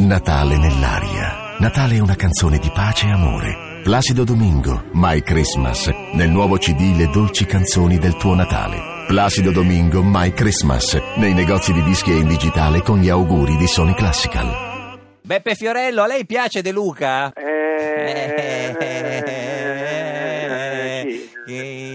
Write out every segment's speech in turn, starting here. Natale nell'aria. Natale è una canzone di pace e amore. Placido Domingo, My Christmas, nel nuovo CD Le dolci canzoni del tuo Natale. Placido Domingo, My Christmas, nei negozi di dischi e in digitale con gli auguri di Sony Classical. Beppe Fiorello, a lei piace De Luca? Eh, sì. Eh,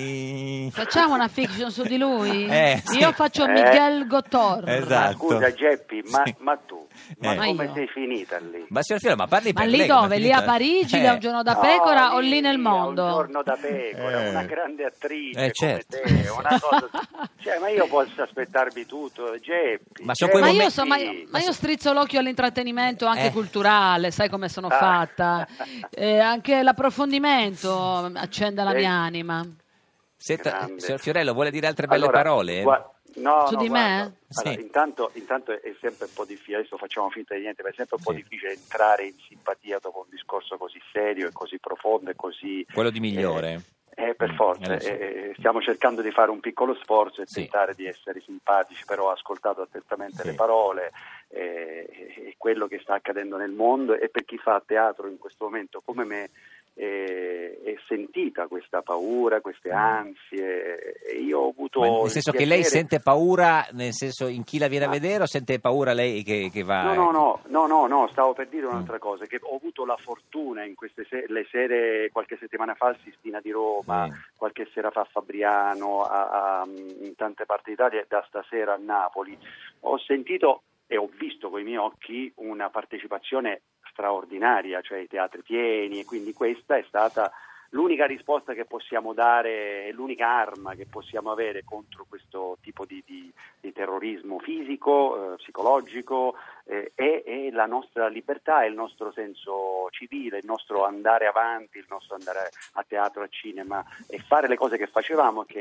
Facciamo una fiction su di lui? Eh, sì. Io faccio Eh. Miguel Gotor. Ma Esatto. scusa Geppi, ma, ma tu, ma Eh. Ma come io? sei finita lì? Ma signor Fiorello, ma parli Ma per lì lei, come dove? Lì finita- a Parigi, da un giorno da No, pecora o lì lì nel mondo? Un giorno da pecora, Eh. una grande attrice Eh, certo. come te, una cosa... cioè, ma io posso aspettarmi tutto, Geppi. Eh, Ma sono quei Geppi, Ma momenti- io, so- ma, io- ma io strizzo l'occhio all'intrattenimento anche Eh. culturale, sai come sono Ah. fatta, Eh, anche l'approfondimento accende la Eh. mia anima. Senta, Grande. signor Fiorello, vuole dire altre belle Allora, parole? eh. gua- no, Su no, di guarda, me? allora, Sì. intanto, intanto è sempre un po' difficile, adesso facciamo finta di niente, ma è sempre un po' Sì. difficile entrare in simpatia dopo un discorso così serio e così profondo e così... Quello di migliore. Eh, eh, per Eh, forza, lo so. eh, eh, stiamo cercando di fare un piccolo sforzo e Sì. tentare di essere simpatici, però ho ascoltato attentamente Sì. le parole eh, e quello che sta accadendo nel mondo e per chi fa teatro in questo momento come me eh, è sentita questa paura, queste ansie e io ho avuto... Mm. Ma il nel senso che lei piacere- sente paura, nel senso in chi la viene a Ma- vedere o sente paura lei che, che va? No, no, no, no, no, no, stavo per Mm. dire un'altra cosa, che ho avuto la fortuna in queste se- le sere, qualche settimana fa a Sistina di Roma, Sì. qualche sera fa a Fabriano, a- a- in tante parti d'Italia e da stasera a Napoli, ho sentito e ho visto con i miei occhi una partecipazione straordinaria, cioè i teatri pieni e quindi questa è stata l'unica risposta che possiamo dare, è l'unica arma che possiamo avere contro questo tipo di, di- di terrorismo fisico, eh, psicologico, eh, è, è la nostra libertà, è il nostro senso civile, il nostro andare avanti, il nostro andare a teatro, a cinema e fare le cose che facevamo. e Che,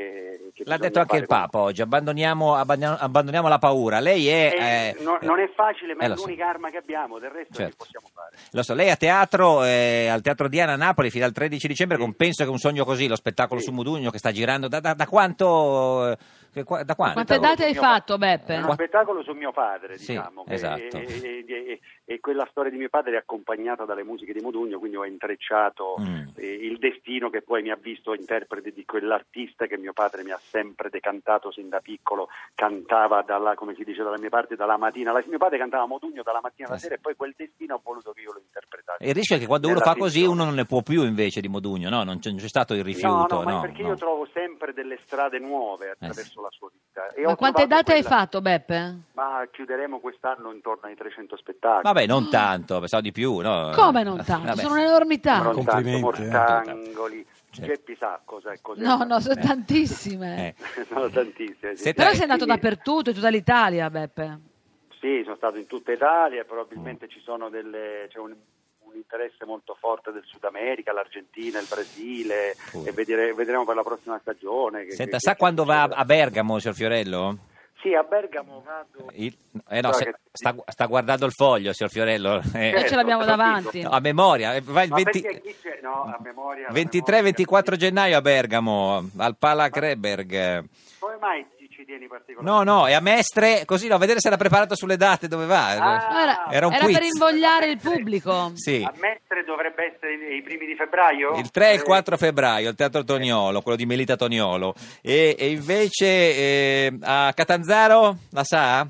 che L'ha bisogna detto anche fare il Papa oggi, abbandoniamo, abbandoniamo- abbandoniamo la paura. Lei è... Eh, no- non è facile, ma eh, è lo so. l'unica arma che abbiamo, del resto Certo. che possiamo fare. Lo so, lei a teatro, eh, al Teatro Diana a Napoli fino al 13 dicembre Sì. con Penso che un sogno così, lo spettacolo Sì. su Mudugno che sta girando da, da- da quanto... eh, qua- Da quanto? Quante date hai Mio- fatto, È Beppe? uno spettacolo su mio padre, Sì, diciamo. che- esatto. E, e- e- e quella storia di mio padre è accompagnata dalle musiche di Modugno, quindi ho intrecciato Mm. eh, il destino che poi mi ha visto interprete di quell'artista che mio padre mi ha sempre decantato sin da piccolo, cantava dalla, come si dice dalla mia parte, dalla mattina. La- mio padre cantava Modugno dalla mattina alla Eh Sì. sera e poi quel destino ha voluto che io lo interpretassi. E il rischio è che quando uno Nella fa così finzione. uno non ne può più invece di Modugno, no? Non c'è, non c'è stato il rifiuto. no, no, ma no, perché no. Eh, io trovo sempre delle strade nuove attraverso la sua vita. E ho Ma quante trovato date hai quella- fatto, Beppe? Ma chiuderemo quest'anno intorno ai 300 spettacoli. Vabbè, non tanto, pensavo di più. No? Come non tanto? Eh, Vabbè. Sono un'enormità. Sono tanto, Complimenti, eh. Mortangoli, Sì. Geppi sa cosa è cos'è. No, no, sono Eh. tantissime. Eh. sono tantissime. sì. Senta- Però Eh, sei andato Quindi- dappertutto, in tutta l'Italia, Beppe. Sì, sono stato in tutta Italia, Mm. probabilmente ci sono delle, c'è un, un interesse molto forte del Sud America, l'Argentina, il Brasile, Pure. e vedere- vedremo per la prossima stagione. che- Senta, che- sa che quando va succederà. a Bergamo, signor Fiorello? Sì, a Bergamo vado... Il- eh no, Guarda se- che- sta, sta guardando il foglio, signor Fiorello. eh. Noi ce Certo, l'abbiamo te lo dico. davanti. No, a memoria, eh, va il Ma 20 perché chi c'è? No, a memoria... a 23-24 memoria. gennaio a Bergamo, al Pala Kreberg. Come mai ci, ci tieni particolarmente? No, no, è a Mestre, così no, a vedere se era preparato sulle date, dove va. Ah. Era, Era un era per quiz. Eh invogliare il pubblico. Sì, A Mestre dovrebbe essere i i primi di febbraio? il 3 e il Eh, 4 febbraio, il Teatro Toniolo, quello di Melita Toniolo. E, e invece eh, a Catanzaro, la sa?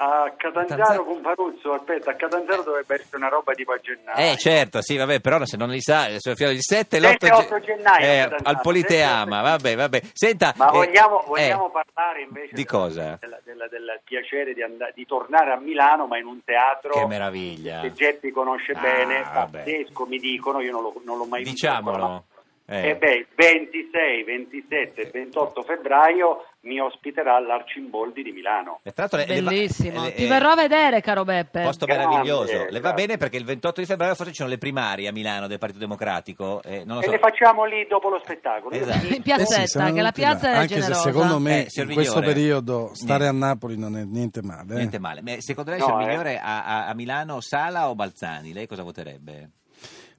A Catanzaro. Catanzaro con Paruzzo, aspetta, a Catanzaro dovrebbe essere una roba tipo a gennaio. Eh certo, sì, vabbè, però se non li sa, il signor Fiorello, il 7 e Sette e l'8 otto gennaio, Catanzaro. eh, al Politeama, vabbè, vabbè. Senta, Ma eh, vogliamo, eh, vogliamo parlare invece di della- cosa? della- della- del piacere di, andare, di tornare a Milano, ma in un teatro Che meraviglia. che Geppi conosce Ah, bene, vabbè. pazzesco, mi dicono, io non, lo- non l'ho mai visto. Diciamolo. ancora, ma- Eh. E beh, 26, 27 e 28 febbraio mi ospiterà l'Arcimboldi di Milano. E tra l'altro le- le va- Bellissimo. eh, Ti eh, verrò a vedere, caro Beppe. Posto Grande, meraviglioso. Le va grazie. bene perché il 28 di febbraio forse ci sono le primarie a Milano del Partito Democratico. eh, non lo E so. le facciamo lì dopo lo spettacolo. Esatto. In Eh sì, piazzetta, saranno che la tutti là. piazza è Anche generosa. se secondo me Eh, signor in questo Migliore. periodo stare Niente. a Napoli non è niente male. eh. Niente male. Ma Secondo lei, No, signor eh. Migliore, a, a- a Milano Sala o Balzani? Lei cosa voterebbe?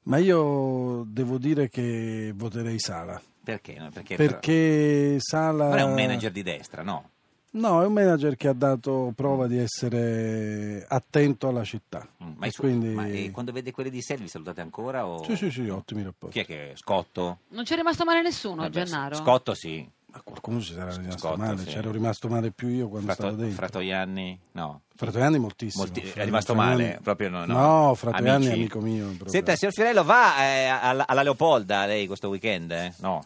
Ma io devo dire che voterei Sala. Perché? no? Perché, Perché eh, Sala... però- non è un manager di destra, no? No, è un manager che ha dato prova di essere attento alla città. Mm, Ma, E i su- quindi... ma, eh, quando vede quelli di Selvi salutate ancora? O... Sì, sì, sì, ottimi rapporti. Chi è che Scotto? Non c'è rimasto male nessuno, Vabbè, Gennaro. Scotto sì. Ma qualcuno ci sarà rimasto Scotta, male, sì. c'ero rimasto male più io quando Frato- stavo dentro. Fratoianni? No. Fratoianni moltissimo. Molti- è Fra- rimasto Fratoianni- male, proprio no. No, Fratoianni è Amici. amico mio. proprio. Senta, signor Fiorello, va eh, alla, alla Leopolda lei questo weekend? eh? No.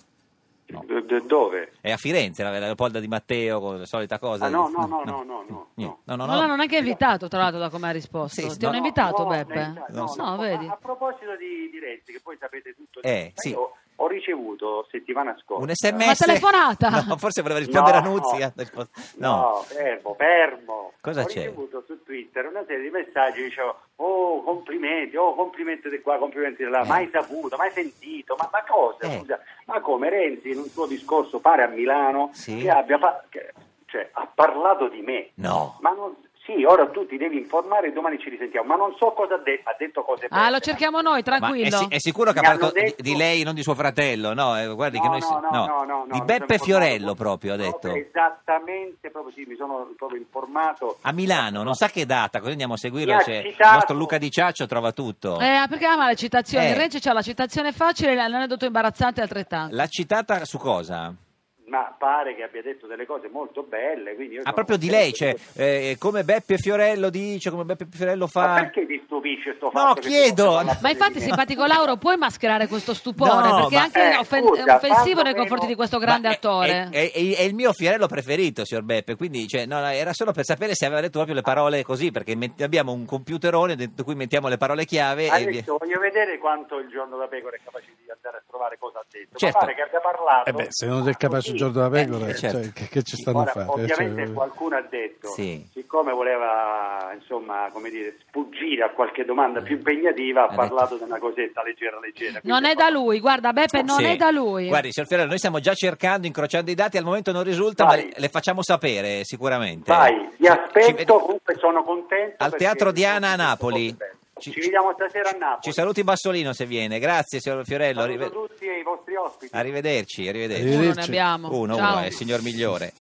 No. D- d- dove? È a Firenze, la, la Leopolda di Matteo, con la solita cosa. Ah, no, no, no, no, no, no, Niente. no. no, No, no, non è che è invitato, tra l'altro, da come ha risposto. Sì, sì, Ti hanno no, invitato, no, Beppe? no, Non no, so. no, no, vedi. A proposito di, di Renzi, che voi sapete tutto, di- Eh, ma sì. io ho ricevuto settimana scorsa Un sms. Una telefonata. No, forse voleva rispondere No. a Nuzzi. ha risposto- No, fermo, fermo. Cosa ho c'è? ricevuto su Twitter una serie di messaggi che dicevano oh complimenti, oh complimenti di qua, complimenti di là, Eh. mai saputo, mai sentito, ma, ma cosa? Eh. scusa? ma come Renzi in un suo discorso pare a Milano Sì. che abbia fa- che- cioè, ha parlato di me. No. Ma non- sì, ora tu ti devi informare e domani ci risentiamo, ma non so cosa ha detto, ha detto cose Ah, lo belle. cerchiamo noi, Ma è, tranquillo. si- è sicuro che ha Mi hanno parlato di- detto- di lei, non di suo fratello, no? Eh, guardi che No, noi si- no, no, no. no, no, no, di mi Beppe sono informato Fiorello proprio ha detto. proprio Esattamente, proprio sì, mi sono proprio informato. A Milano, non sa che data, così andiamo a seguirlo. Mi ha C'è il citato. nostro Luca Di Ciaccio trova tutto. Eh, ah, perché ama le citazioni? Eh. Renzi c'ha la citazione facile e l'aneddoto imbarazzante altrettanto. L'ha citata su cosa? ma pare che abbia detto delle cose molto belle. Quindi io Ah, sono proprio di contento lei, cioè, eh, come Beppe Fiorello dice, come Beppe Fiorello Ma fa... perché ti stupisce sto No, fatto? che chiedo. tu possa parlare Ma infatti, di me? simpatico Lauro, puoi mascherare questo stupore? No, perché ma- anche Eh, offen- scusa, è offensivo quando nei meno- confronti di questo grande Ma è- attore. È, è- è il mio Fiorello preferito, signor Beppe, quindi cioè, no, era solo per sapere se aveva detto proprio le parole così, perché met- abbiamo un computerone dentro cui mettiamo le parole chiave e... via- Adesso voglio vedere quanto il giorno da pecora è capace di andare a trovare cosa ha detto. Certo. Ma pare che abbia parlato. Eh beh, se non è capace il Sì. giorno della pecora, eh, certo. cioè, che, che ci Sì, stanno a ora, fare? Ovviamente Cioè, qualcuno ha detto, Sì. siccome voleva insomma, come dire, sfuggire a qualche domanda più impegnativa, ha, Ha parlato di una cosetta leggera, leggera. Non Quindi, è da lui, guarda, Beppe, Eh, non Sì. è da lui. Guardi, signor Fiorello, noi stiamo già cercando, incrociando i dati, al momento non risulta, Vai. ma le- le facciamo sapere sicuramente. Vai, ti Ci- aspetto, ci- comunque sono contento. Al perché Teatro Diana a sono Napoli. molto bello. Ci, vediamo stasera a Napoli. Ci saluti Bassolino se viene, grazie signor Fiorello, Saluto arrive- tutti e i vostri ospiti. arrivederci, arrivederci. Uno ne Arrivederci. abbiamo. Uno, Ciao. uno, è il signor migliore.